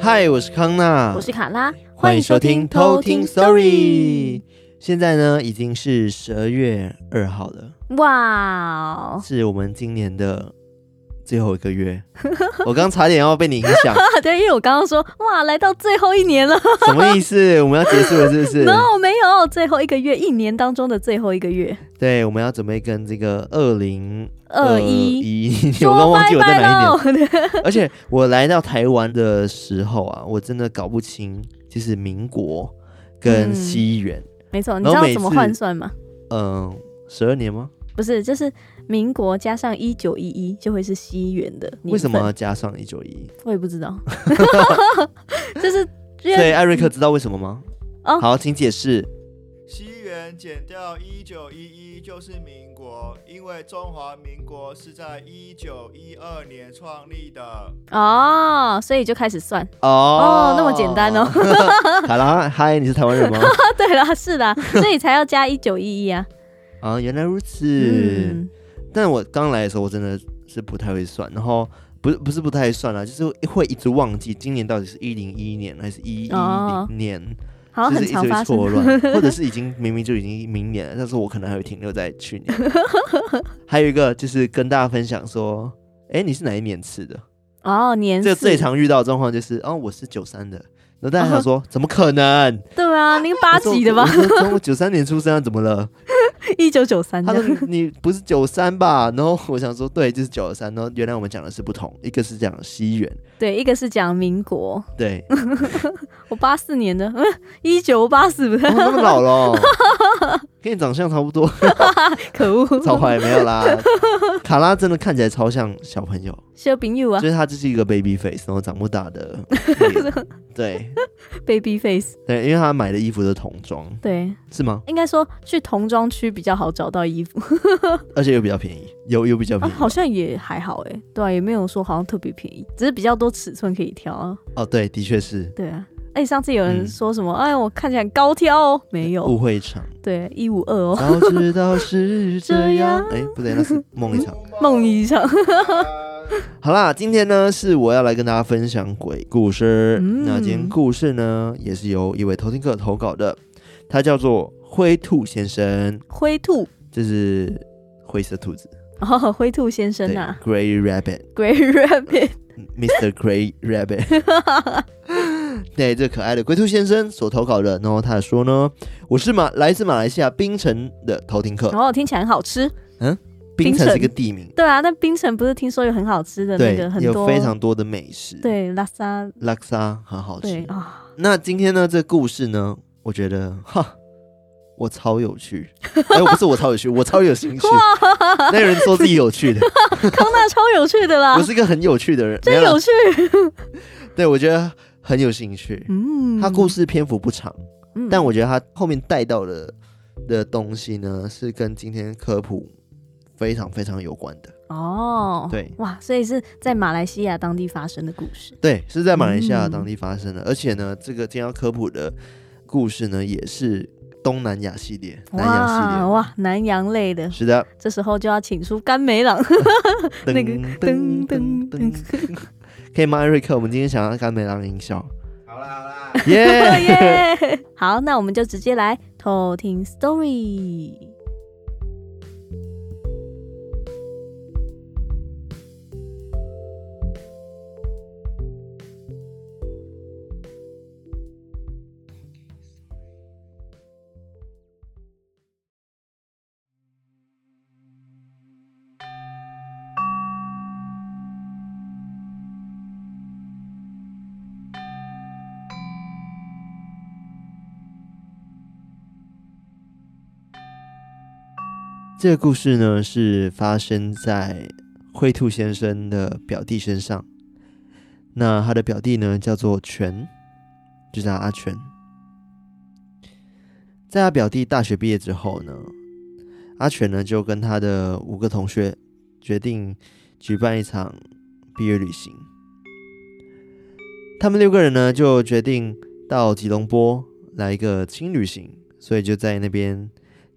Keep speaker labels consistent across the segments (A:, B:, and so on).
A: 嗨，我是康娜，
B: 我是卡拉，
A: 啊欢迎收听偷听 Story。现在呢，已经是十二月二号了，
B: 哇哦，
A: 是我们今年的最后一个月。我刚差点要被你影 响，
B: 对，因为我刚刚说哇，来到最后一年了
A: 什么意思？我们要结束了是不是？
B: ，no，没有，最后一个月，一年当中的最后一个月，
A: 对，我们要准备跟这个二零
B: 二一，
A: 呃一， 我刚
B: 说
A: 忘
B: 拜
A: 记我在
B: 拜
A: 哪一年
B: 喽。。对
A: 而且我来到台湾的时候啊，我真的搞不清，就是民国跟
B: 嗯
A: 西元，
B: 没错，你
A: 然
B: 知
A: 后
B: 道
A: 每
B: 怎么
A: 次
B: 换算吗？
A: 嗯，十二年吗？
B: 不是，就是民国加上一九一一就会是西元的年份。
A: 为什么要加上一九一？
B: 我也不 知道， 就是
A: 所
B: 因
A: 以
B: 为
A: 艾瑞克知道为什么吗？
B: 啊哦
A: 好，请解释。
C: 西元减掉一九一一就是民国，因为中华民国是在一九一二年创立的。
B: 哦，所以就开始算。
A: 哦
B: 哦那么简单哦。
A: 好啦，嗨，你是台湾 人吗？
B: 啊，对啦，是啦，所以才要加一九一一啊。
A: 啊，原来如此。
B: 嗯，
A: 但我刚来的时候，我真的是不太会算，然后不是不是不太会算啦，就是会一直忘记今年到底是一零一年还是一一
B: 哦
A: 零年，
B: 好像
A: 就
B: 很
A: 是一直
B: 常发
A: 会
B: 生。
A: 错乱，或者是已经明明就已经明年了，但是我可能还会停留在去 年。还有一个就是跟大家分享说，哎、你是哪一年次的？
B: 哦，年
A: 这个
B: 次
A: 最常遇到的状况就是，哦，我是九三的。然后大家想说，怎么可能？
B: 对 啊，您哦 八几的吧
A: 我？说？我说我九三年出生啊，怎么 了？
B: 一九九三
A: 他说
B: 的。
A: 你不是九三吧？然后我想说，对，就是九三。然后原来我们讲的是不同，一个是讲西元，
B: 对，一个是讲民国，
A: 对，哦
B: 我八四年的，嗯一九八四不
A: 哦、
B: 是？
A: 那么老了哦、跟你长相差不多，
B: 可恶，
A: 超坏没有啦。卡拉真的看起来超像小朋友，
B: 小朋友啊
A: 就是他就是一个 baby face，然后长不大的 脸，对
B: ，baby face。
A: 对，因为他买的衣服都是童装，
B: 对，
A: 是吗？
B: 应该说去童装区比较好找到衣服
A: 而且又比较便宜，有有比较
B: 啊，
A: 便宜
B: 好像也还好哎、对啊，也没有说好像特别便宜，只是比较多尺寸可以挑啊。
A: 哦，对，的确是
B: 对啊，哎，上次有人
A: 嗯
B: 说什么？哎，我看起来很高挑哦，没有，
A: 误会一 场。
B: 对，一五二哦，
A: 早知道是 这样，哎，不对，那是
C: 嗯
A: 梦一场。
B: 梦一场。
A: 好啦，今天呢是我要来跟大家分享鬼故事。
B: 嗯
A: 那今天故事呢也是由一位偷听客投稿的，他叫做灰兔先生，
B: 灰兔，
A: 就是灰色兔子，
B: 哦，灰兔先生
A: 对
B: 呐、啊、
A: ，Gray Rabbit。
B: ，Grey Rabbit，
A: Mr. Gray Rabbit，对，这可爱的龟兔先生所投稿的。然后他说呢，我是马来自马来西亚槟城的偷听客
B: 然，后听起来很好吃。
A: 槟城
B: 哦槟
A: 是一
B: 城
A: 个地名，
B: 对啊，那槟城不是听说有很好吃的那
A: 对
B: 个，很
A: 有
B: 多，
A: 非常多的美食，，
B: 对拉萨，
A: 拉萨很好吃
B: 对。啊，
A: 那今天呢，这故事呢，我觉得哈，我超有趣。哎、不是我超有趣，我超有兴趣。那有人说自己有 趣的，
B: 康纳超有趣的啦
A: 我，是一个很有趣的人，
B: 真
A: 没有
B: 有
A: 啦
B: 趣。
A: 对，我觉得很有兴趣。
B: 嗯，
A: 他故事篇幅不长，
B: 嗯，
A: 但我觉得他后面带到的的东西呢，是跟今天科普非常非常有关的。
B: 哦，
A: 对
B: 哇，所以是在马来西亚当地发生的故事。
A: 对，是在马来西亚当
B: 嗯
A: 地发生的，而且呢，这个今天要科普的故事呢，也是东南亚系列，南洋系
B: 哇
A: 列。
B: 哇，南洋类的，
A: 是的，
B: 这时候就要请出甘美朗，那个
A: 噔
B: 噔
A: 噔
B: 噔
A: 噔， 可以吗，艾瑞克？我们今天想要干美郎音 效，
C: 好啦好啦，
A: 耶！
B: 耶！好，那我们就直接来偷听 story。
A: 这个故事呢是发生在灰兔先生的表弟身上。那他的表弟呢叫做全，就叫阿全。在他表弟大学毕业之后呢，阿全呢就跟他的五个同学决定举办一场毕业旅行。他们六个人呢就决定到吉隆坡来一个轻旅行，所以就在那边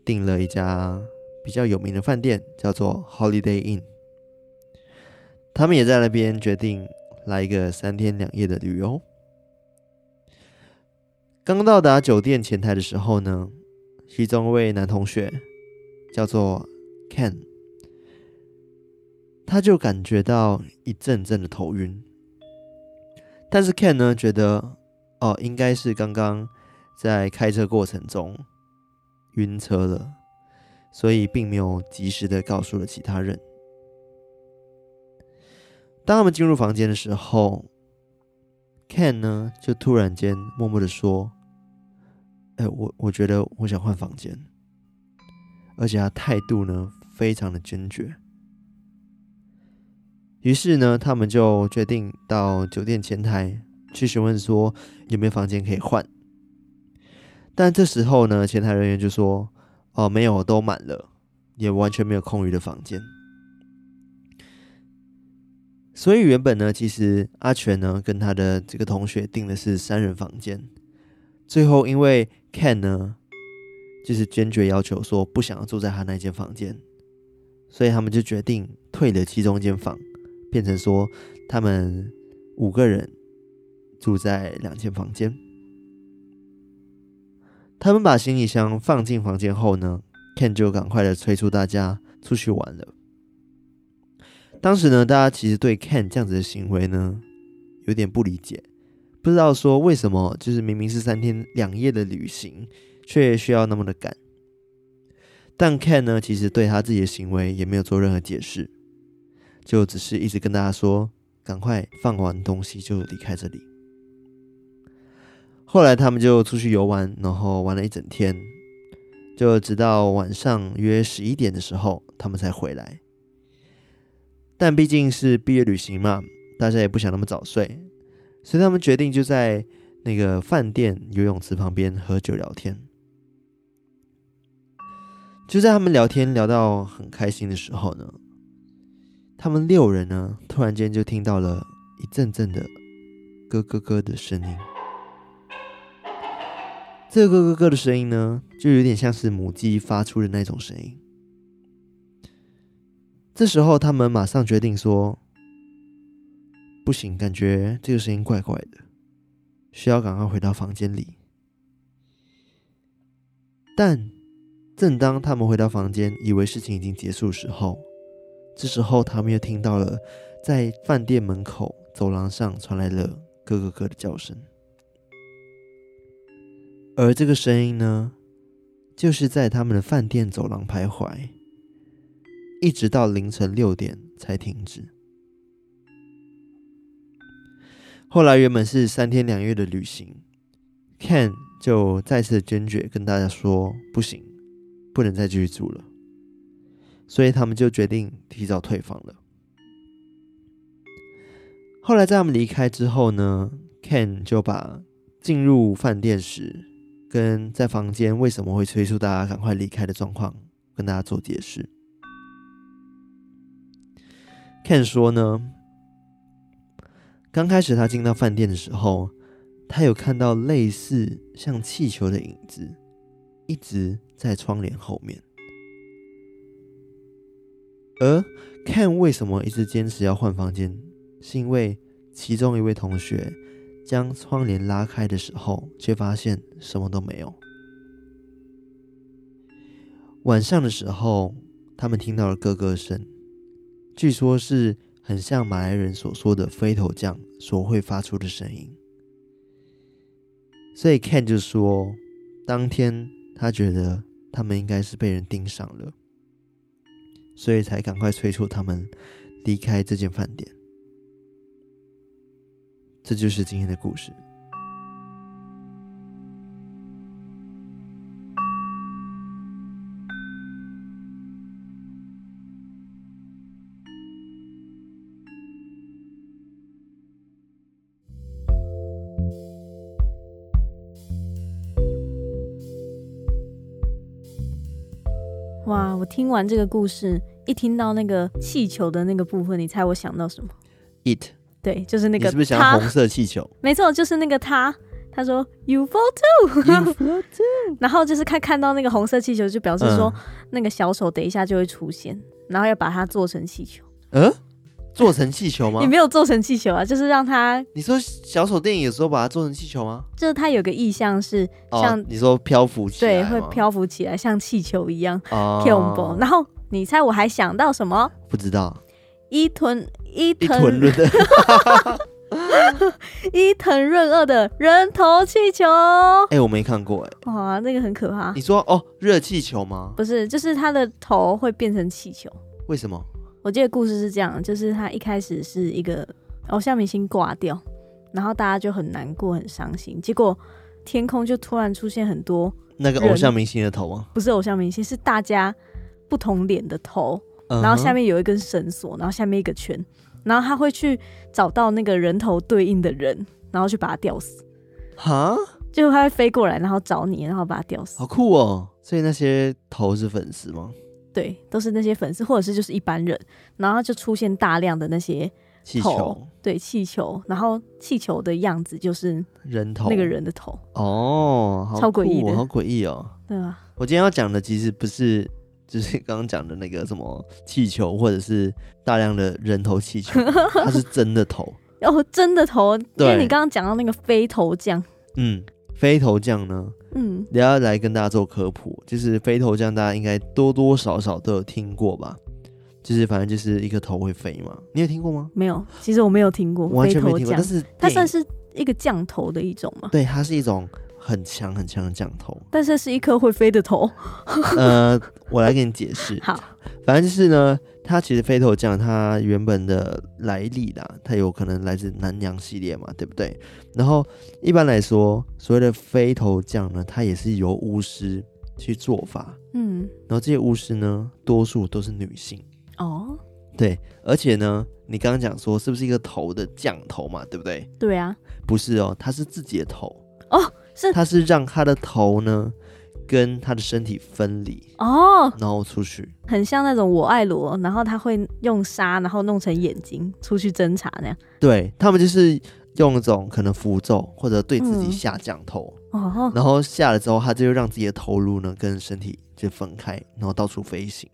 A: 订了一家比较有名的饭店，叫做 Holiday Inn。他们也在那边决定来一个三天两夜的旅游。刚到达酒店前台的时候呢，其中一位男同学叫做 Ken，他就感觉到一阵阵的头晕。但是 Ken 呢，觉得哦，应该是刚刚在开车过程中晕车了，所以并没有及时的告诉了其他人。当他们进入房间的时候，Ken 呢就突然间默默的说：“哎、我我觉得我想换房间。”而且他态度呢非常的坚决。于是呢，他们就决定到酒店前台去询问说有没有房间可以换。但这时候呢，前台人员就说：“哦，没有，都满了，也完全没有空余的房间。”所以原本呢，其实阿全呢跟他的这个同学订的是三人房间，最后因为 Ken 呢就是坚决要求说不想要住在他那间房间，所以他们就决定退了其中一间房，变成说他们五个人住在两间房间。他们把行李箱放进房间后呢，Ken 就赶快的催促大家出去玩了。当时呢，大家其实对 Ken 这样子的行为呢，有点不理解，不知道说为什么，就是明明是三天两夜的旅行，却需要那么的赶。但 Ken 呢，其实对他自己的行为也没有做任何解释，就只是一直跟大家说，赶快放完东西就离开这里。后来他们就出去游玩，然后玩了一整天，就直到晚上约十一点的时候，他们才回来。但毕竟是毕业旅行嘛，大家也不想那么早睡，所以他们决定就在那个饭店游泳池旁边喝酒聊天。就在他们聊天聊到很开心的时候呢，他们六人呢突然间就听到了一阵阵的咯咯咯的声音。这个咯咯咯的声音呢，就有点像是母鸡发出的那种声音。这时候，他们马上决定说：“不行，感觉这个声音怪怪的，需要赶快回到房间里。”但正当他们回到房间，以为事情已经结束的时候，这时候他们又听到了在饭店门口走廊上传来了咯咯咯的叫声，而这个声音呢，就是在他们的饭店走廊徘徊。一直到凌晨六点才停止。后来原本是三天两夜的旅行，Ken 就再次坚决跟大家说不行，不能再继续住了，所以他们就决定提早退房了。后来在他们离开之后呢，Ken 就把进入饭店时跟在房间为什么会催促大家赶快离开的状况跟大家做解释。Ken 说呢，刚开始他进到饭店的时候，他有看到类似像气球的影子，一直在窗帘后面。而 Ken 为什么一直坚持要换房间，是因为其中一位同学将窗帘拉开的时候，却发现什么都没有。晚上的时候，他们听到了咯咯声。据说是很像马来人所说的飞头降所会发出的声音。所以 Ken 就说，当天他觉得他们应该是被人盯上了，所以才赶快催促他们离开这间饭店。这就是今天的故事。
B: 哇，我听完这个故事，一听到那个气球的那个部分，你猜我想到什么？
A: It，
B: 对，就是那
A: 你
B: 个
A: 是不是想要
B: 他
A: 红色气球？
B: 没错，就是那个他，他说 “You fall
A: You float to-
B: 然后就是看看到那个红色气球，就表示说、
A: 嗯
B: 那个小手等一下就会出现，然后要把它做成气球。
A: 嗯，呃做成气球吗
B: 你？没有做成气球啊，就是让它，
A: 你说小丑电影有时候把它做成气球吗？
B: 就是它有个意象是
A: 哦
B: 像，
A: 你说漂浮起
B: 对
A: 来
B: 会
A: 吗
B: 漂浮起来，像气球一样。
A: 哦
B: k i l b o 然后你猜我还想到什么？
A: 不知道
B: 伊藤伊
A: 一屯论
B: 藤
A: 的
B: 伊藤润二的人头气球，
A: 哎，我没看过哎。
B: 哇，那个很可怕
A: 你。说哦，热气球吗？
B: 不是，就是它的头会变成气球。
A: 为什么？
B: 我记得故事是这样，就是他一开始是一个偶像明星挂掉，然后大家就很难过、很伤心。结果天空就突然出现很多
A: 那个
B: 人
A: 偶像明星的头吗？
B: 不是偶像明星，是大家不同脸的头，
A: 嗯哼
B: 然后下面有一根绳索，然后下面一个圈，然后他会去找到那个人头对应的人，然后去把他吊死。
A: 哈，
B: 最后他会飞过来，然后找你，然后把他吊死
A: 好。酷哦！所以那些头是粉丝吗？
B: 对，都是那些粉丝，或者是就是一般人，然后就出现大量的那些
A: 气
B: 头
A: 球、
B: 对气球，然后气球的样子就是
A: 人头
B: 那个人的头，
A: 哦，好
B: 超诡异
A: 酷哦
B: 的
A: 好诡异哦！
B: 对吧？
A: 我今天要讲的其实不是，就是 刚刚讲的那个什么气球，或者是大量的人头气球，它是真的头。
B: 哦，真的头，因
A: 对
B: 为你刚刚讲到那个飞头酱，
A: 嗯，飞头酱呢，
B: 嗯，
A: 也要来跟大家做科普，就是飞头酱，大家应该多多少少都有听过吧？就是反正就是一个头会飞嘛，你有听过吗？
B: 没有，其实我没有听过
A: 我完
B: 飞
A: 全没
B: 头
A: 听过，
B: 酱
A: 但，是
B: 它
A: 电影
B: 算是一个降头的一种嘛，
A: 对，它是一种很强很强的降头。
B: 但是是一颗会飞的头，
A: 呃，我来给你解释。
B: 好，
A: 反正就是呢，它其实飞头酱它原本的来历啦，它有可能来自南洋系列嘛，对不对？然后一般来说，所谓的飞头酱呢，它也是由巫师去做法，
B: 嗯，
A: 然后这些巫师呢，多数都是女性。
B: 哦，
A: 对，而且呢，你刚刚讲说是不是一个头的降头嘛，对不对？
B: 对啊，
A: 不是哦，它是自己的头，
B: 是
A: 它是让它的头呢跟它的身体分离，
B: 哦，
A: 然后出去。
B: 很像那种我爱罗，然后他会用沙，然后弄成眼睛出去侦查那样，
A: 对他们就是用那种可能符咒或者对自己
B: 嗯
A: 下降头，
B: 哦，
A: 然后下了之后，他就让自己的头颅呢跟身体就分开，然后到处飞 行。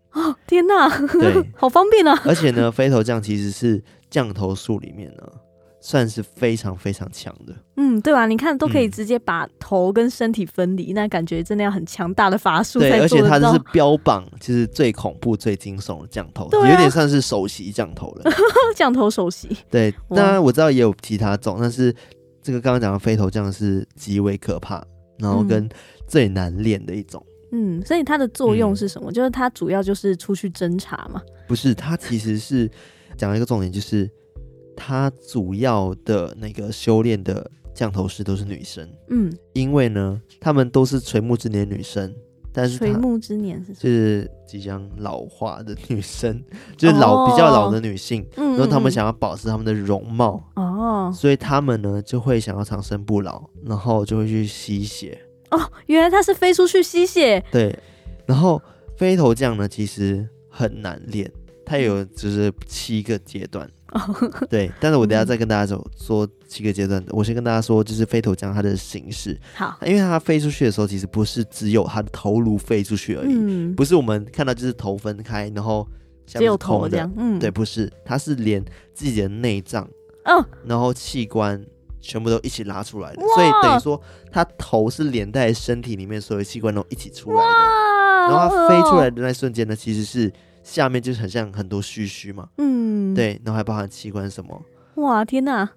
B: 天哪，，
A: 对
B: 好方便啊，
A: 而且呢，飞头降其实是降头术里面呢算是非常非常强的。
B: 嗯，对吧？你看都可以
A: 嗯
B: 直接把头跟身体分离，那感觉真的要很强大的法术
A: 对，
B: 才
A: 而
B: 做
A: 且它
B: 得
A: 就
B: 到
A: 是。标榜就是最恐怖、最惊悚的降头，
B: 对啊
A: 有点算是首席降头 了。
B: 降头首席，
A: 对，
B: 哇
A: 当然我知道也有其他种，但是这个刚刚讲的飞头降是极为可怕，然后跟最难练的一种。
B: 嗯，所以它的作用
A: 嗯
B: 是什么？就是它主要就是出去侦查嘛。
A: 不是，它其实是讲一个重点，就是它主要的那个修炼的降头师都是女生，
B: 嗯，
A: 因为呢，她们都是垂暮之年女生，但是
B: 垂
A: 她
B: 暮之年是什么？
A: 就是即将老化的女生，就是老、比较老的女性，
B: 嗯，
A: 然后她们
B: 嗯
A: 想要保持她们的容貌，
B: 嗯哦
A: 所以她们呢就会想要长生不老，然后就会去吸血，
B: 哦，原来它是飞出去吸血，
A: 对，然后飞头降呢其实很难练，它有
B: 嗯
A: 就是七个阶段。
B: 哦，
A: 对，但是我等一下
B: 嗯
A: 再跟大家说说七个阶段。我先跟大家说，就是飞头降它的形式，
B: 好，
A: 因为它飞出去的时候，其实不是只有它的头颅飞出去而已，
B: 嗯，
A: 不是我们看到就是头分开，然后下
B: 只
A: 面
B: 有
A: 是空
B: 头
A: 的，
B: 这样，嗯，
A: 对，，不是，它是连自己的内脏，
B: 哦，
A: 然后器官全部都一起拉出来的，所以等于说它头是连带身体里面所有器官都一起出来的，
B: 啊，
A: 然后
B: 好
A: 它
B: 恶
A: 飞出
B: 哦
A: 来，的那瞬间呢，其实是下面就是很像很多须须嘛，
B: 嗯，，
A: 对，然后还包含器官什么。
B: 哇，天哪，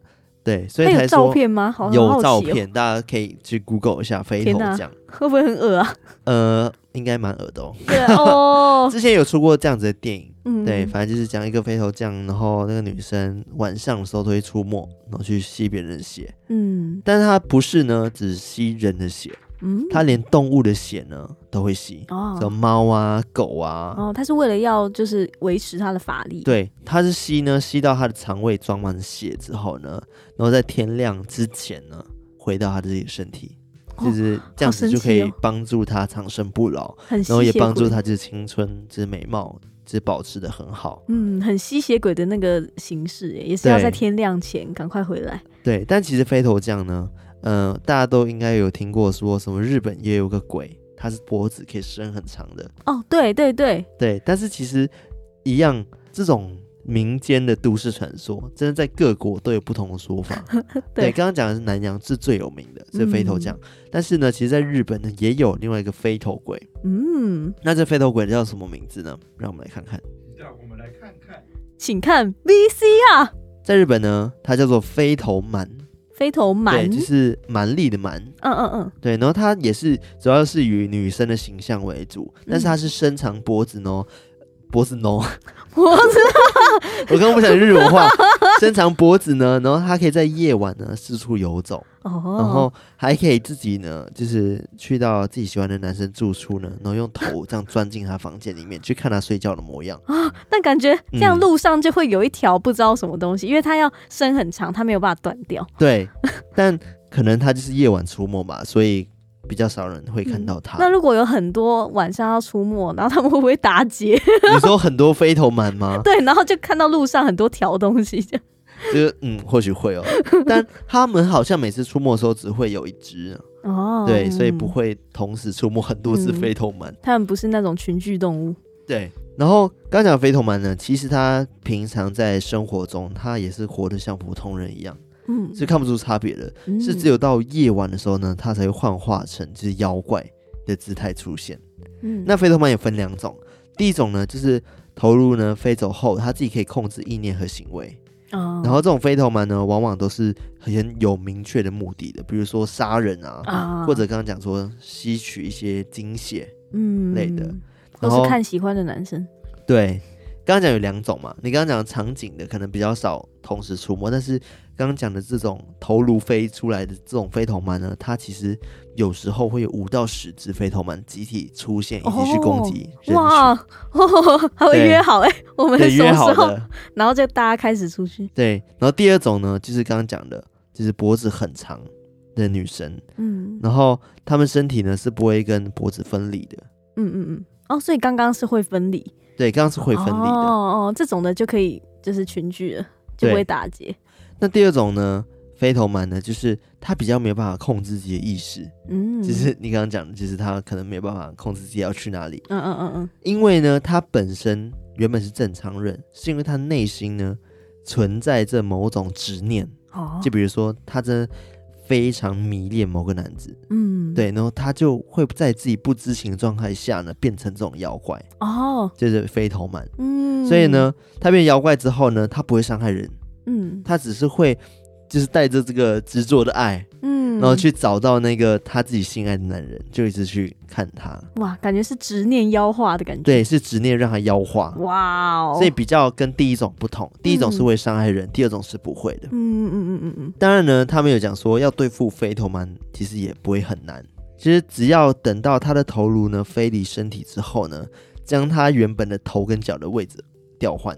A: 对，所
B: 它
A: 以
B: 有
A: 才
B: 照
A: 说
B: 片吗？好，好好
A: 有
B: 奇
A: 照
B: 哦，
A: 片，大家可以去 Google 一下飞头
B: 天哪
A: 酱，
B: 会不会很恶啊？
A: 呃，应该蛮恶的哦。
B: 对 哦，
A: 之前有出过这样子的电影，
B: 嗯，
A: 对，反正就是讲一个飞头酱，然后那个女生晚上的时候都会出没，然后去吸别人的血，
B: 嗯
A: 但是她不是呢，只吸人的血，
B: 嗯，
A: 她连动物的血呢都会吸，
B: 哦
A: 什么猫啊、狗啊，
B: 哦，他是为了要就是维持他的法力。，
A: 对，她是吸呢，吸到她的肠胃装满血之后呢，然后在天亮之前呢，回到她自己的身体。
B: 哦
A: 就是这样
B: 好神
A: 子
B: 奇
A: 就可以
B: 哦
A: 帮助他长生不老，
B: 很吸血
A: 然后也帮助
B: 鬼。
A: 他就是青春、就是美貌、就是保持的很好。
B: 嗯，很吸血鬼的那个形式耶，也是要
A: 对
B: 在天亮前赶快回来。
A: 对，但其实飞头酱呢，呃，大家都应该有听过说什么日本也有个鬼，它是脖子可以伸很长的，
B: 哦，对对对，
A: 对，但是其实一样，这种民间的都市传说，真的在各国都有不同的说法。
B: 对嗯
A: 刚刚讲的是南洋是最有名的，是飞头匠。但是呢，其实在日本呢也有另外一个飞头鬼。
B: 嗯，
A: 那这飞头鬼叫什么名字呢？让我们来看看，
C: 让我们来看看。
B: 请看 VCR
A: 在日本呢，它叫做飞头蛮，
B: 飞头
A: 对，
B: 蛮，
A: 就是蛮力的蛮。
B: 嗯嗯嗯，
A: 对，然后它也是主要是以女生的形象为主，但
B: 嗯
A: 是它是伸长脖子呢，脖子呢，
B: 脖子
A: 我刚刚不想日文化，伸长脖子呢，然后它可以在夜晚呢四处游走，
B: 哦，
A: 然后还可以自己呢，就是去到自己喜欢的男生住处呢，然后用头这样钻进他房间里面去看他睡觉的模样。
B: 但感觉这样
A: 嗯
B: 路上就会有一条不知道什么东西，因为它要伸很长，它没有办法断掉。
A: 对，但可能他就是夜晚出没吧，所以比较少人会看到他。
B: 嗯那如果有很多晚上要出没，然后他们会不会打劫？
A: 你说很多飞头蛮吗？
B: 对，然后就看到路上很多条东西，这样
A: 就是嗯，或许会哦，但他们好像每次出没的时候只会有一只，
B: 哦，
A: 对，所以不会同时出没很多只
B: 嗯
A: 飞头蛮。
B: 他们不是那种群居动物。
A: 对，然后刚讲非头蛮呢，其实他平常在生活中，他也是活得像普通人一样，
B: 嗯，
A: 是看不出差别的。
B: 嗯
A: 是只有到夜晚的时候呢，他才会幻化成就是妖怪的姿态出现。
B: 嗯
A: 那非头蛮也分两种，第一种呢就是头颅呢飞走后，他自己可以控制意念和行为。
B: 哦
A: 然后这种非头蛮呢，往往都是很有明确的目的的，比如说杀人啊，
B: 啊
A: 或者刚刚讲说吸取一些精血。
B: 嗯
A: 类的，
B: 都
A: 然后
B: 是看喜欢的男生。
A: 对，刚刚讲有两种嘛，你刚刚讲场景的可能比较少同时出没，但是刚刚讲的这种头颅飞出来的这种飞头鳗呢，它其实有时候会有五到十只飞头鳗集体出现，以及去攻击人群。
B: 哇， 哦，还会
A: 对
B: 约好哎、我们
A: 对，
B: 什
A: 约
B: 么
A: 好
B: 时候？
A: 的。
B: 然后就大家开始出去，
A: 对，然后第二种呢，就是刚刚讲的，就是脖子很长的女生，
B: 嗯
A: 然后她们身体呢是不会跟脖子分离的。
B: 嗯嗯嗯，哦，所以刚刚是会分离，
A: 对，刚刚是会分离的。
B: 哦哦，这种的就可以就是群聚了，就
A: 对
B: 不会打劫。
A: 那第二种呢，飞头鳗呢，就是它比较没有办法控制自己的意识。
B: 嗯，
A: 就是你刚刚讲的，就是他可能没有办法控制自己要去哪里，
B: 嗯嗯嗯嗯，
A: 因为呢，他本身原本是正常人，是因为他内心呢存在着某种执念，
B: 哦，
A: 就比如说他真的非常迷恋某个男子，
B: 嗯，，
A: 对，然后他就会在自己不知情的状态下呢，变成这种妖怪，
B: 哦，
A: 就是飞头蛮。
B: 嗯，
A: 所以，呢，他变妖怪之后呢，他不会伤害人，
B: 嗯
A: 他只是会就是带着这个执着的爱，
B: 嗯，
A: 然后去找到那个他自己心爱的男人，就一直去看他。
B: 哇，感觉是执念妖化的感觉，
A: 对，，是执念让他妖化，
B: 哇哦，
A: 所以比较跟第一种不同。第一种是
B: 嗯
A: 会伤害人，第二种是不会的。
B: 嗯，嗯嗯嗯嗯嗯，
A: 当然呢，他们有讲说要对付飞头蛮，其实也不会很难。其实只要等到他的头颅呢飞离身体之后呢，将他原本的头跟脚的位置调换。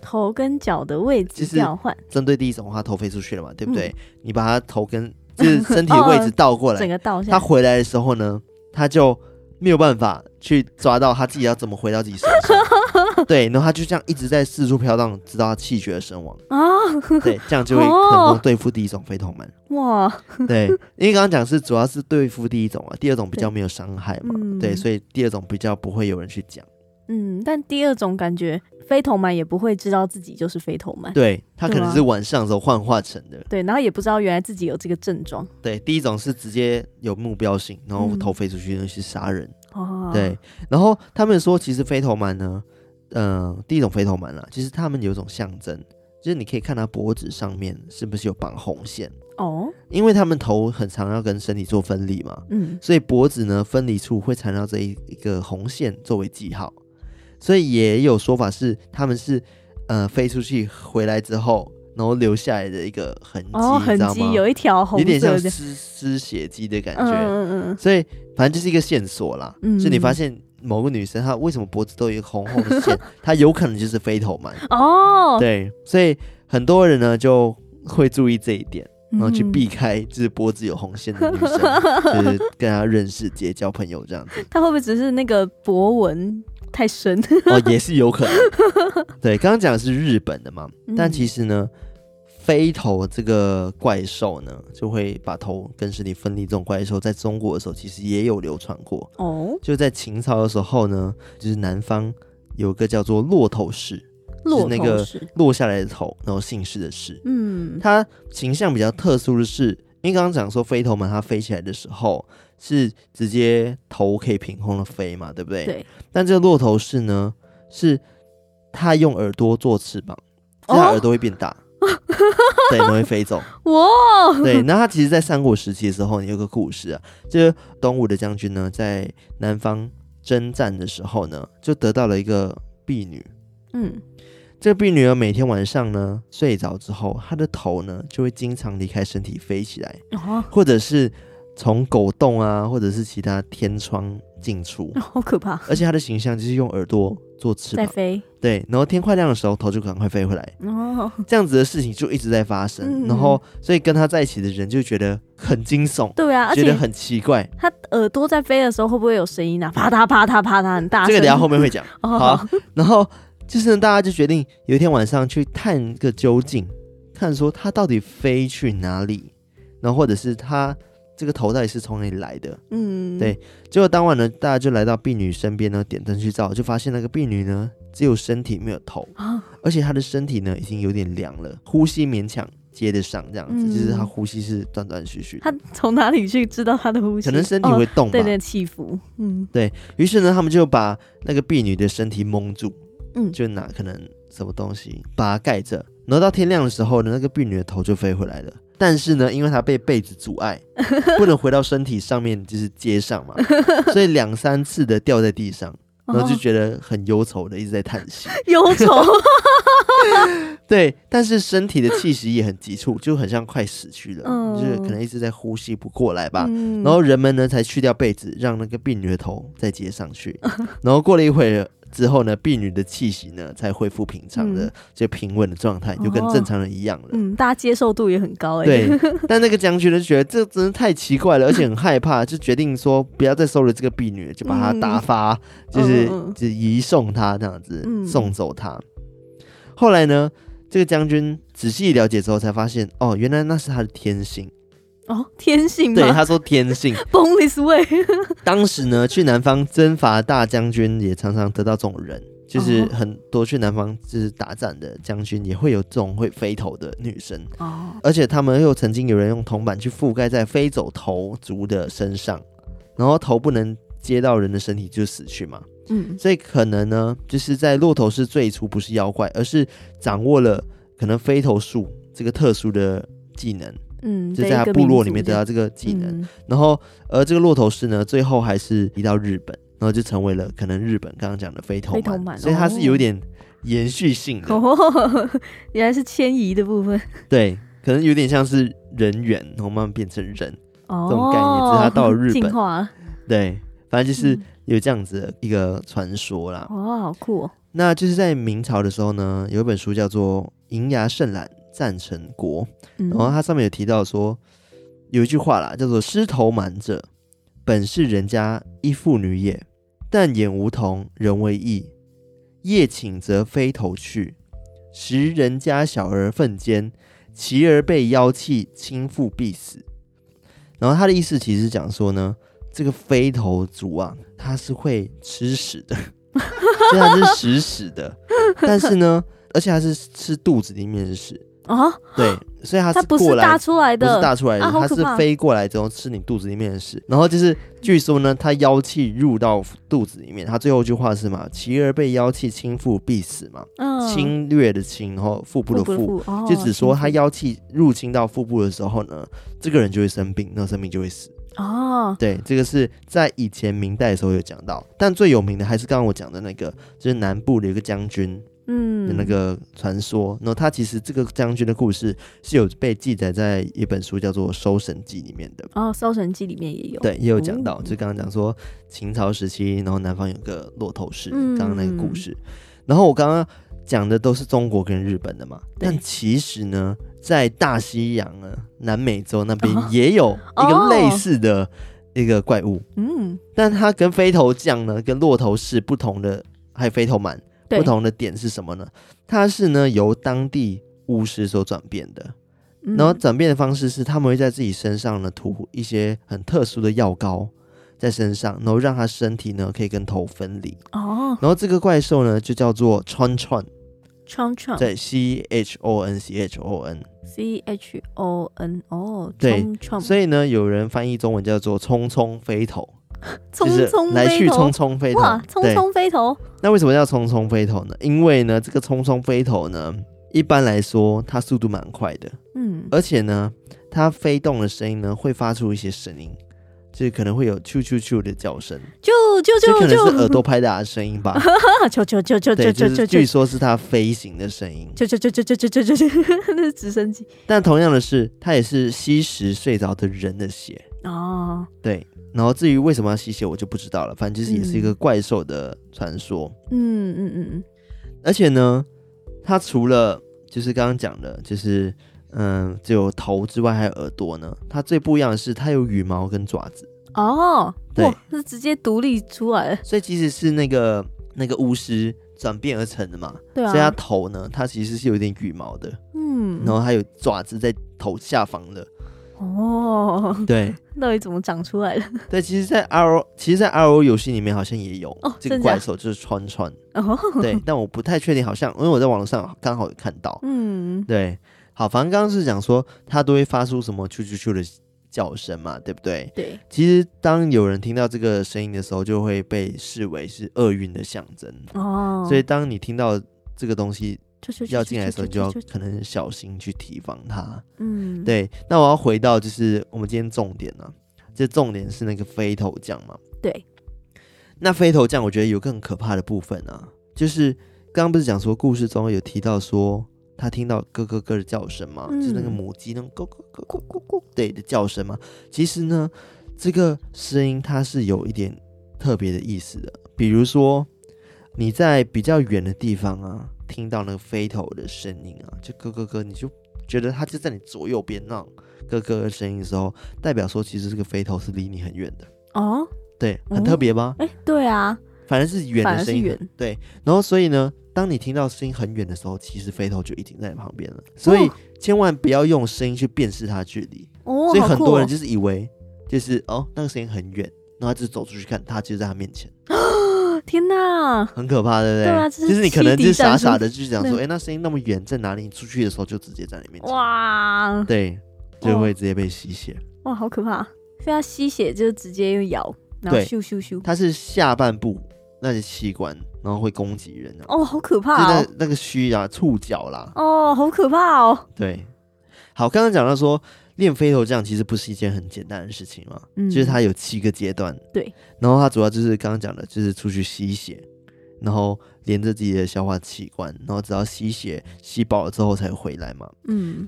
B: 头跟脚的位
A: 其
B: 置
A: 实
B: 调换，
A: 针对第一种的话，头飞出去了嘛，对不对？你把他头跟就是身体的位置倒过
B: 嗯 整
A: 来，
B: 个倒下
A: 他
B: 来，
A: 回来的时候呢，他就没有办法去抓到他自己要怎么回到自己身上。 对，然后他就这样一直在四处飘荡，直到他气绝身 亡。
B: 啊，
A: 对，这样就会
B: 哦
A: 成功对付第一种非同 门。
B: 哇，
A: 对，因为刚刚讲是主要是对付第一种啊，第二种比较没有伤害嘛，
B: 嗯
A: 对，所以第二种比较不会有人去讲。
B: 嗯，但第二种感觉，飞头蛮也不会知道自己就是飞头蛮，
A: 对，他可
B: 对
A: 能
B: 啊
A: 是晚上的时候幻化成的。
B: 对，啊然后也不知道原来自己有这个症状，
A: 对，第一种是直接有目标性，然后
B: 嗯
A: 头飞出去呢去杀人。
B: 哦，
A: 对，，然后他们说，其实飞头蛮呢，呃，第一种飞头蛮啦，其实他们有一种象征，就是你可以看他脖子上面是不是有绑红线，
B: 哦，
A: 因为他们头很常要跟身体做分离嘛，
B: 嗯，
A: 所以脖子呢分离处会缠绕着一一个红线作为记号，所以也有说法是他们是呃飞出去回来之后，然后留下来的一个痕迹，
B: 哦，
A: 你
B: 痕
A: 知道吗
B: 迹？有一条红
A: 有点
B: 色
A: 像
B: 的，
A: 湿湿血迹的感
B: 嗯
A: 觉，
B: 嗯嗯嗯。
A: 所以反正就是一个线索啦。
B: 嗯
A: 就你发现某个女生她为什么脖子都有一个红红的线， 她有可能就是飞头蛮。
B: 哦，
A: 对，所以很多人呢就会注意这一点，
B: 嗯
A: 然后去避开就是脖子有红线的女生，就是跟她认识、结交朋友这样子。
B: 他会不会只是那个博文太深？
A: 哦，也是有可能。对，刚刚讲的是日本的嘛，但
B: 嗯
A: 其实呢，飞头这个怪兽呢，就会把头跟身体分离。这种怪兽在中国的时候其实也有流传过，
B: 哦，
A: 就在秦朝的时候呢，就是南方有个叫做骆头氏，
B: 骆
A: 那
B: 头
A: 个
B: 是，
A: 落下来的头，然后姓氏的氏。
B: 嗯，
A: 它形象比较特殊的是，因为刚刚讲说飞头嘛，它飞起来的时候是直接头可以凭空的飞嘛，对不对？
B: 对。
A: 但这个骆头式呢，是它用耳朵做翅膀，所以它
B: 哦
A: 耳朵会变大，对，然后会飞走。
B: 哇，
A: 对，那它其实，在三国时期的时候，有个故事啊，就是东吴的将军呢，在南方征战的时候呢，就得到了一个婢女，
B: 嗯，
A: 这个婢女儿每天晚上呢睡着之后，她的头呢就会经常离开身体飞起来，
B: 哦，
A: 或者是从狗洞啊，或者是其他天窗进出。
B: 好可怕，
A: 而且她的形象就是用耳朵做翅
B: 嗯在
A: 膀，
B: 飞，
A: 对，然后天快亮的时候头就赶快飞回来，
B: 哦，
A: 这样子的事情就一直在发生。
B: 嗯
A: 然后，所以跟她在一起的人就觉得很惊悚，
B: 对啊，而
A: 觉得
B: 且
A: 很奇怪。
B: 它耳朵在飞的时候会不会有声音啊？啪嗒啪嗒啪嗒，很大
A: 这个
B: 声
A: 等一下后面会讲。
B: 哦
A: 好，然后就是呢，大家就决定有一天晚上去探个究竟，看说它到底飞去哪里，然后或者是它这个头到底是从哪里来的。
B: 嗯，
A: 对结果当晚呢，大家就来到婢女身边呢，点灯去照，就发现那个婢女呢只有身体没有头，
B: 啊，
A: 而且她的身体呢已经有点凉了，呼吸勉强接得上，这样子，
B: 嗯
A: 就是她呼吸是断断续续的，
B: 它从哪里去知道它的呼吸？
A: 可能身体
B: 哦
A: 会动吧。
B: 对对起伏，嗯
A: 于是呢，他们就把那个婢女的身体蒙住，
B: 嗯，
A: 就拿可能什么东西把它盖着，然后到天亮的时候呢，那个婢女的头就飞回来了。但是呢，因为它被被子阻碍，不能回到身体上面，就是接上嘛，所以两三次的掉在地上，
B: 哦
A: 然后就觉得很忧愁的一直在叹息。
B: 忧愁，
A: 对，但是身体的气息也很急促，就很像快死去了，
B: 嗯
A: 就是可能一直在呼吸不过来吧。
B: 嗯
A: 然后人们呢才去掉被子，让那个婢女的头再接上 去。然后过了一会儿之后呢，婢女的气息呢才恢复平常的、
B: 嗯
A: 就平稳的状态，就跟
B: 哦
A: 正常人一样了。
B: 嗯，大家接受度也很高哎，
A: 对， 但那个将军呢觉得这真的太奇怪了，而且很害怕，就决定说不要再收留这个婢女了，就把她打发，就是
B: 嗯嗯
A: 就移送她这样子，
B: 嗯
A: 送走她。后来呢，这个将军仔细了解之后才发现，哦，原来那是他的天 性。
B: 哦，天性
A: 对，
B: 嘛
A: 他说天性，
B: ，born this way，
A: 当时呢，去南方征伐大将军也常常得到这种人，就是
B: 哦
A: 很多去南方就是打仗的将军也会有这种会飞头的女生，
B: 哦，
A: 而且他们又曾经有人用铜板去覆盖在飞走头族的身上，然后头不能接到人的身体就死去嘛，
B: 嗯
A: 所以可能呢，就是在骆头是最初不是妖怪，而是掌握了可能飞头术这个特殊的技能，
B: 嗯，
A: 就
B: 的
A: 在他
B: 一个
A: 部落
B: 民
A: 里面
B: 族
A: 得到这个技能。
B: 嗯
A: 然后呃，这个骆头氏呢，最后还是移到日本，然后就成为了可能日本刚刚讲的飞头
B: 飞头
A: 鳗，
B: 鳗
A: 所以它是
B: 哦
A: 有点延续性的，
B: 哦， 原来是迁移的部分
A: 对，可能有点像是人猿，然后慢慢变成人，
B: 哦，
A: 种概念只是它到了日本
B: 进化了
A: 对，反正就是
B: 嗯
A: 有这样子的一个传说啦。
B: 哦，好酷哦，
A: 那就是在明朝的时候呢，有一本书叫做《银牙胜览战成国》，
B: 嗯
A: 然后它上面有提到说有一句话啦，叫做“狮头蛮者，本是人家一妇女也，但眼无瞳，人为异。夜寝则飞头去，时人家小儿粪奸，其儿被妖气侵覆必死。”然后他的意思其实讲说呢，这个飞头族啊，它是会吃屎的， 所以它是食屎的，但是呢，而且它是吃肚子里面的屎，
B: 哦，
A: 对，所以它
B: 它
A: 是
B: 不
A: 过
B: 是
A: 来
B: 大出来
A: 不
B: 的，
A: 是大出来的，
B: 啊好
A: 它
B: 可
A: 是
B: 怕
A: 飞过来之后吃你肚子里面的屎，然后就是据说呢，它妖气入到肚子里面。它最后一句话是嘛，其儿被妖气侵覆必死嘛，
B: 嗯，
A: 侵略的侵，然后腹部的
B: 腹
A: 腹，
B: 部哦
A: 就只说它
B: 侵
A: 妖气入侵到腹部的时候呢，这个人就会生病，那生病就会死。
B: 犯哦，
A: 对，这个是在以前明代的时候有讲到，但最有名的还是刚刚我讲的那个，就是南部的一个将军，的
B: 嗯，
A: 那个传说。然后他其实这个将军的故事是有被记载在一本书叫做《搜神记》里面的。
B: 哦，《搜神记》里面也有，
A: 对，也有讲到，
B: 哦
A: 就刚刚讲说秦朝时期，然后南方有个骆头氏，
B: 嗯
A: 刚刚那个故事。然后我刚刚讲的都是中国跟日本的嘛，
B: 对
A: 但其实呢，在大西洋呢、南美洲那边
B: 哦
A: 也有一个
B: 哦
A: 类似的一个怪物，
B: 嗯，
A: 但它跟飞头将呢，跟骆头氏不同的，还有飞头蛮
B: 对
A: 不同的点是什么呢？它是呢由当地巫师所转变的。
B: 嗯
A: 然后转变的方式是，他们会在自己身上呢涂一些很特殊的药膏在身上，然后让他身体呢可以跟头分离。
B: 哦，
A: 然后这个怪兽呢就叫做 Chon Chon，
B: 创创
A: 对，C H O N C H O N。
B: C H O N 哦，
A: 对
B: 创
A: 所以呢，有人翻译中文叫做“匆匆飞头”，
B: 冲
A: 就是
B: 冲
A: 来去匆
B: 冲
A: 匆飞头。
B: 哇，冲
A: 对，
B: 冲飞头
A: 那为什么叫匆匆飞头呢？因为呢，这个匆匆飞头呢，一般来说它速度蛮快的，
B: 嗯
A: 而且呢，它飞动的声音呢会发出一些声音，就是可能会有“啾啾啾”的叫声，
B: 就就
A: 这可
B: 就
A: 能是耳
B: 就
A: 朵拍打的声音吧？
B: 啊就就就就就
A: 对，就
B: 就
A: 是
B: 就
A: 据
B: 就
A: 说是它飞行的声音。
B: 就就就就就就就就 那是直升机
A: 但同样的是，它也是吸食睡着的人的血。
B: 哦，
A: 对，然后至于为什么要吸血，我就不知道了。反正就是也是一个怪兽的传说。
B: 嗯嗯嗯嗯，
A: 而且呢，它除了就是刚刚讲的，就是嗯，只有头之外，还有耳朵呢。它最不一样的是，它有羽毛跟爪子，
B: 哦，
A: 对
B: 哇，是直接独立出来了，
A: 所以即使是那个那个巫师转变而成的嘛，
B: 对
A: 所以它
B: 啊，
A: 头呢，它其实是有一点羽毛的，
B: 嗯，
A: 然后还有爪子在头下方的。
B: 哦，
A: 对
B: 到底怎么长出来的？
A: 对，其实，在 R O，其实，在 R O 游戏里面好像也有、
B: 哦
A: 这个
B: 真假
A: 怪兽，就是川川。
B: 哦，
A: 对，但我不太确定，好像因为我在网络上刚好有看到。
B: 嗯，
A: 对，好，反正刚刚是讲说它都会发出什么“啾啾啾”的叫声嘛，对不对？
B: 对，
A: 其实当有人听到这个声音的时候，就会被视为是厄运的象征。
B: 哦，
A: 所以当你听到这个东西
B: 就就
A: 要进来的时候，你就要
B: 就
A: 可能小心去提防它。
B: 嗯，
A: 对，那我要回到就是我们今天重点呢、啊，这重点是那个飞头酱嘛。
B: 对，
A: 那飞头酱我觉得有更可怕的部分啊，就是刚刚不是讲说故事中有提到说他听到咯咯咯的叫声嘛，
B: 嗯
A: 就是那个母鸡那种咯咯咯咯咯咯对的叫声嘛。其实呢，这个声音它是有一点特别的意思的，比如说你在比较远的地方啊，听到那个飞头的声音啊，就咯咯咯，你就觉得它就在你左右边那种咯咯的声音的时候，代表说其实这个飞头是离你很远的，
B: 哦，
A: 对，很特别吧？
B: 哎，对啊，
A: 反而是远
B: 反
A: 的
B: 而
A: 声
B: 是
A: 音，
B: 远，
A: 对。然后所以呢，当你听到声音很远的时候，其实飞头就已经在你旁边了。所以
B: 哦
A: 千万不要用声音去辨识它的距离。
B: 哦，
A: 所以
B: 好
A: 很
B: 酷
A: 多
B: 哦
A: 人就是以为就是哦那个声音很远，然后他就走出去看，它就在他面前，
B: 天哪，
A: 很可怕，对不对？
B: 对啊这是
A: 就是你可能就是傻傻
B: 欺
A: 的就想说，
B: 对
A: 哎、那声音那么远在哪里？你出去的时候就直接在你面前，
B: 哇
A: 对，就会直接被吸血。
B: 哇，好可怕！非要吸血就直接用咬，然后
A: 对
B: 咻咻咻，
A: 它是下半部那些器官，然后会攻击人的，
B: 哦，好可
A: 就
B: 怕
A: 那
B: 哦，
A: 那个须啊、触角啦，
B: 哦，好可怕哦，
A: 对，好，刚刚讲到说练飞头酱其实不是一件很简单的事情嘛，
B: 嗯
A: 就是它有七个阶段。
B: 对，
A: 然后它主要就是刚刚讲的，就是出去吸血，然后连着自己的消化器官，然后只要吸血吸饱了之后才回来嘛。
B: 嗯，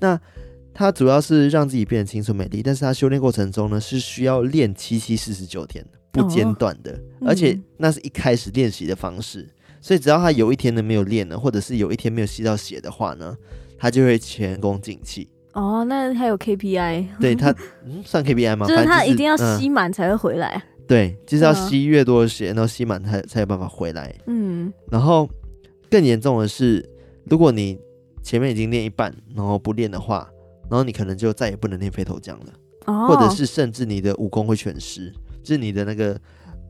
A: 它主要是让自己变得青春美丽，但是它修炼过程中呢是需要练七七四十九天不间断的，
B: 哦嗯
A: 而且那是一开始练习的方式，所以只要他有一天呢没有练呢，或者是有一天没有吸到血的话呢，他就会前功尽弃。
B: 哦，那还有 KPI，
A: 对他、嗯、算 KPI 吗？
B: 就是
A: 反正
B: 他一定要
A: 嗯
B: 吸满才会回来，
A: 对，就是要
B: 嗯
A: 吸越多的血，然后吸满才才有办法回来。
B: 嗯，
A: 然后更严重的是，如果你前面已经练一半，然后不练的话，然后你可能就再也不能练飞头将了，
B: 哦，
A: 或者是甚至你的武功会全失，就是你的那个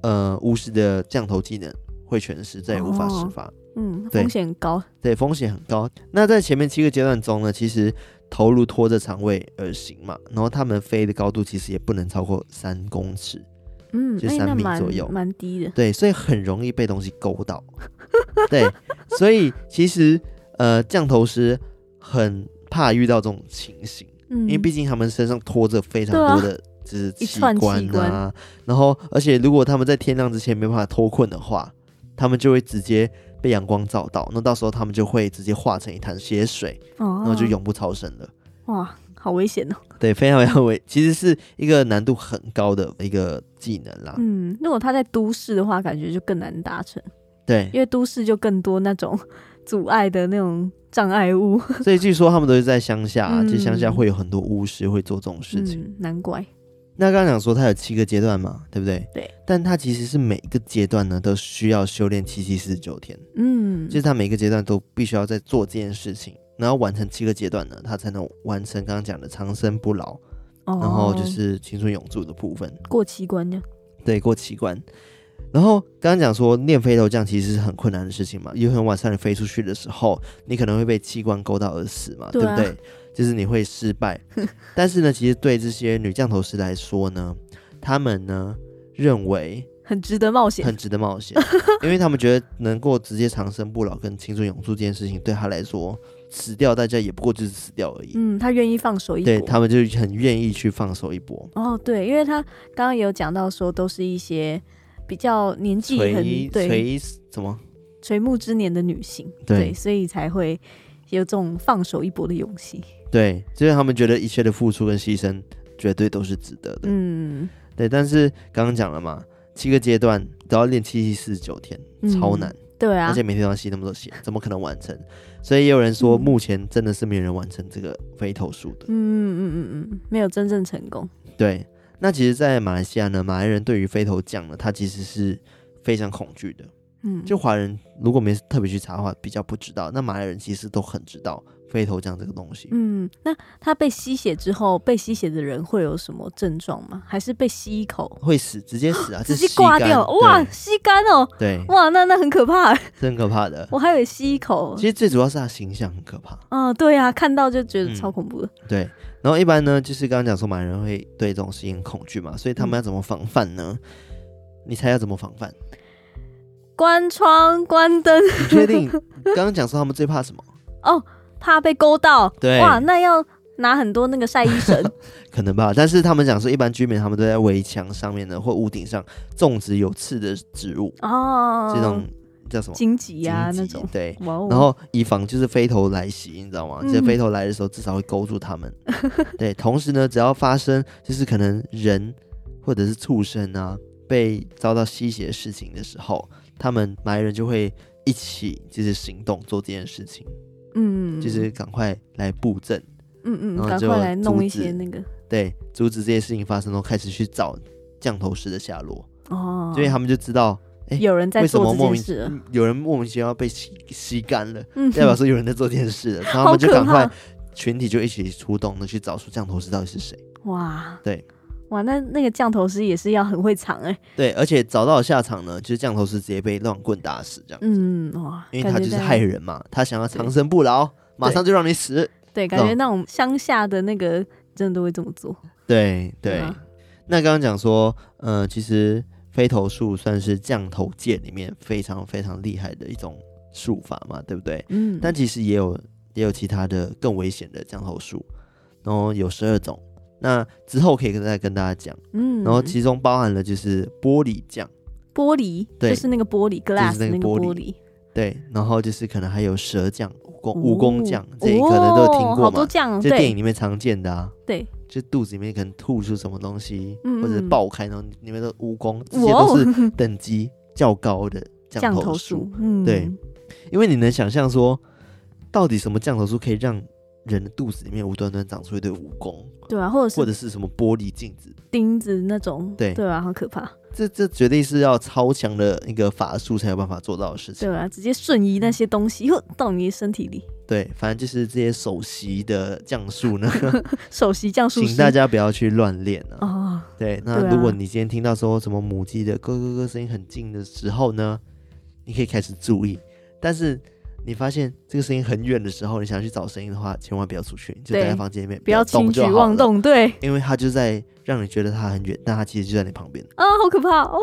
A: 呃巫师的降头技能会全失，再也无法施
B: 哦
A: 法。
B: 嗯，
A: 对
B: 风险高，
A: 对，风险很高。那在前面七个阶段中呢，其实头颅拖着肠胃而行嘛，然后他们飞的高度其实也不能超过三公尺，
B: 嗯，
A: 就
B: 哎
A: 三
B: 那
A: 米
B: 蛮
A: 左右
B: 蛮低的，
A: 对，所以很容易被东西勾到。 对，所以其实呃，降头师很怕遇到这种情形，
B: 嗯，
A: 因为毕竟他们身上拖着非常
B: 对啊
A: 多的。就是
B: 一
A: 器
B: 串器
A: 官啊，然后而且如果他们在天亮之前没办法脱困的话，他们就会直接被阳光照到，那到时候他们就会直接化成一滩血水，
B: 哦，
A: 然后就永不超生了。
B: 哇，好危险哦，
A: 对，非常非常危，其实是一个难度很高的一个技能啦。
B: 嗯，如果他在都市的话，感觉就更难达成，
A: 对，
B: 因为都市就更多那种阻碍的那种障碍物，
A: 所以据说他们都是在乡下、
B: 嗯
A: 就乡下会有很多巫师会做这种事情。
B: 嗯，难怪，
A: 那刚刚讲说它有七个阶段嘛，对不对？
B: 对。
A: 但它其实是每一个阶段呢都需要修炼七七四十九天，
B: 嗯
A: 就，是它每个阶段都必须要在做这件事情。然后完成七个阶段呢，他才能完成刚刚讲的长生不老，
B: 哦，
A: 然后就是青春永驻的部分。
B: 过期关掉，
A: 对，过奇关。然后刚刚讲说练飞头降其实是很困难的事情嘛，有可能晚上你飞出去的时候，你可能会被器官勾到而死嘛，
B: 对啊
A: 不对？就是你会失 败。但是呢，其实对这些女降头师来说呢，他们呢认为
B: 很值得冒险。
A: 很值得冒险，因为他们觉得能够直接长生不老跟青春永驻这件事情，对他来说，死掉大家也不过就是死掉而已。
B: 嗯，他愿意放手一
A: 对
B: 搏。
A: 他们就很愿意去放手一搏。
B: 哦，对，因为他刚刚也有讲到说，都是一些比较年纪
A: 垂
B: 很对
A: 垂什么？
B: 垂暮之年的女性，
A: 对
B: 所以才会有这种放手一搏的勇气。
A: 对，就是他们觉得一切的付出跟牺牲绝对都是值得的。
B: 嗯，
A: 对，但是刚刚讲了嘛，七个阶段都要练七七四十九天，
B: 嗯
A: 超难，
B: 对啊
A: 而且，每天都要吸那么多血，怎么可能完成？所以也有人说，
B: 嗯
A: 目前真的是没有人完成这个飞头术的。
B: 嗯嗯嗯嗯嗯，没有真正成功。
A: 对，那其实，在马来西亚呢，马来人对于飞头降呢，他其实是非常恐惧的。
B: 嗯，
A: 就华人如果没特别去查的话，比较不知道。那马来人其实都很知道飞头降这个东西。
B: 嗯，那他被吸血之后，被吸血的人会有什么症状吗？还是被吸一口
A: 会死，直接死啊！
B: 直
A: 是
B: 接
A: 吸
B: 挂
A: 干
B: 掉？哇，吸干哦！
A: 对，对，
B: 哇，那那很可怕。
A: 是很可怕的。
B: 我还以为吸一口
A: 其。实最主要是他形象很可怕，
B: 啊、对啊，看到就觉得
A: 嗯
B: 超恐怖的。
A: 对。然后一般呢，就是刚刚讲说马来人会对这种事情很恐惧嘛，所以他
B: 嗯
A: 们要怎么防范呢？你猜要怎么防范？
B: 关窗、关灯，
A: 你确 定？刚刚讲说他们最怕什么？
B: 怕被勾到。
A: 对
B: 哇，那要拿很多那个晒衣 绳。
A: 可能吧，但是他们讲说，一般居民他们都在围墙上面呢，或屋顶上种植有刺的植物，
B: 哦，
A: 这种叫什么？
B: 荆棘啊
A: 荆
B: 那
A: 棘
B: 种。
A: 对。
B: 哇哦，
A: 然后以防就是飞头来袭，你知道吗？
B: 嗯
A: 这飞头来的时候，至少会勾住他们。对，同时呢，只要发生就是可能人或者是畜生啊被遭到吸血的事情的时候，他们埋人就会一起就是行动做这件事情，
B: 嗯，
A: 就是赶快来布阵，
B: 嗯嗯，
A: 然后
B: 赶
A: 就
B: 快来
A: 阻
B: 弄一
A: 止
B: 些那个
A: 对，阻止这些事情发生，然后开始去找降头师的下落，
B: 哦，
A: 所以他们就知道哎
B: 有人在
A: 为什
B: 做
A: 么
B: 这
A: 莫
B: 件
A: 名嗯
B: 事了。
A: 有人莫名其妙被吸吸干 了，
B: 嗯，
A: 代表说有人在做这件事了，然后他
B: 好
A: 们就
B: 可
A: 赶快
B: 怕！
A: 群体就一起出动的去找出降头师到底是谁。
B: 哇，
A: 对，
B: 哇，那那个降头师也是要很会藏哎、
A: 对，而且找到的下场呢，就是降头师直接被乱棍打死这样，
B: 嗯，哇，
A: 因为
B: 感
A: 他
B: 觉
A: 就是
B: 在
A: 害人嘛，他想要长生不老，马上就让你死。
B: 对，感觉
A: 嗯
B: 那种乡下的那个真的都会这么做。
A: 对对
B: 对啊。
A: 那刚刚讲说，呃，其实飞头术算是降头界里面非常非常厉害的一种术法嘛，对不对？
B: 嗯，
A: 但其实也有也有其他的更危险的降头术，然后有十二种。那之后可以再跟大家讲，
B: 嗯，
A: 然后其中包含了就是玻璃降，
B: 玻璃
A: 对
B: 就是那个玻璃
A: 那
B: glass
A: 个
B: 那
A: 玻璃
B: 玻璃，
A: 对，然后就是可能还有蛇降、蜈蚣、
B: 哦
A: 蜈蚣降，这你可能都有听
B: 哦
A: 过
B: 好多
A: 嘛，
B: 酱，
A: 这电
B: 对
A: 影里面常见的啊，
B: 对，
A: 就肚子里面可能吐出什么东西，
B: 嗯
A: 或者
B: 嗯
A: 爆开，然后里面的蜈蚣，这些
B: 哇哦
A: 都 是等级较高的降
B: 降
A: 头
B: 头
A: 术
B: 术，，嗯，
A: 对，因为你能想象说，到底什么降头术可以让人的肚子里面无端端长出一堆蜈蚣，
B: 对啊，或者
A: 或
B: 是
A: 者是什么玻璃镜子？
B: 钉子那种，
A: 对
B: 对啊，好可怕，
A: 这这绝对是要超强的一个法术才有办法做到的事情
B: 对。啊，直接瞬移那些东西，哟到你身体里，
A: 对，反正就是这些首席的降术 呢，
B: 首席降术
A: 请
B: 师
A: 大家不要去乱练啊。
B: 哦，
A: 对，那
B: 对啊
A: 如果你今天听到说什么母鸡的咯咯咯声音很近的时候呢，你可以开始注意。但是你发现这个声音很远的时候，你想去找声音的话，千万不要出去，你就
B: 对
A: 待在房间里面，
B: 不要
A: 动
B: 轻举
A: 就好
B: 妄
A: 了。
B: 动，对
A: 因为它就在让你觉得它很远，但它其实就在你旁边。
B: 啊，好可怕哦，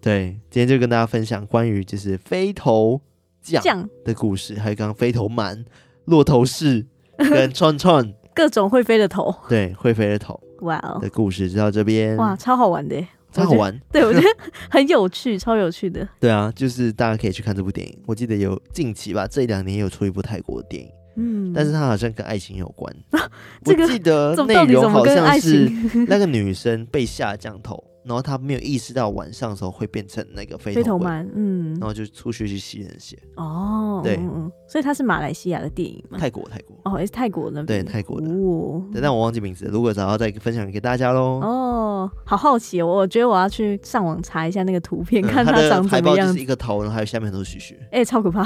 A: 对，今天就跟大家分享关于就是飞头降
B: 酱
A: 的故事，还有刚刚飞头蛮、骆头式跟串串，
B: 各种会飞的头，
A: 对，会飞的头
B: 哇哦，
A: 的故事就到这边，
B: 哇，超好玩的耶，
A: 超好玩。
B: 对我觉得很有趣，超有趣的，
A: 对啊，就是大家可以去看这部电影。我记得有近期吧，这两年有出一部泰国的电影，
B: 嗯，
A: 但是它好像跟爱情有关。
B: 这个
A: 我记得
B: 怎么
A: 内
B: 到底
A: 容
B: 怎么
A: 好
B: 跟
A: 像
B: 爱
A: 是
B: 情
A: 那个女生被下降头，然后她没有意识到晚上的时候会变成那个飞
B: 飞
A: 头
B: 头
A: 鬼，
B: 蛮，嗯
A: 然，后就出去去吸人血。
B: 哦，
A: 对
B: 嗯，嗯所以它是马来西亚的电影嘛，
A: 泰国，泰国，
B: 哦，也是泰国那
A: 对，
B: 边，
A: 泰国的。
B: 哦
A: 对，但我忘记名字了，如果找到再分享给大家喽。
B: 哦，好好奇哦，我觉得我要去上网查一下那个图片，
A: 嗯
B: 看
A: 它
B: 它
A: 的
B: 长
A: 海
B: 怎
A: 报
B: 么
A: 就
B: 样
A: 是。一个头，然后还有下面很多须须。
B: 哎、超可怕，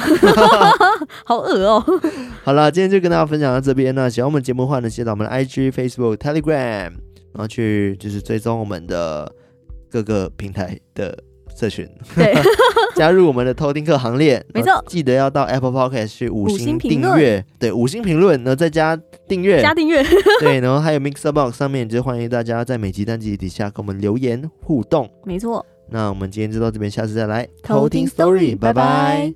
B: 好恶哦、
A: 好了，今天就跟大家分享到这边。那喜欢我们节目的话呢，记得到我们的 IG、Facebook、Telegram，然后去就是追踪我们的各个平台的社群，
B: 对，
A: 加入我们的偷听课行列。
B: 没错
A: 然后记得要到 Apple Podcast 去五
B: 五星
A: 星
B: 评
A: 订
B: 论
A: 阅，对，五星评论，然后再加订阅，
B: 加订阅，
A: 对，然后还有 Mixer Box 上面，就是欢迎大家在每集单集底下跟我们留言互动。
B: 没错。
A: 那我们今天就到这边，下次再来
B: 偷听 story，拜拜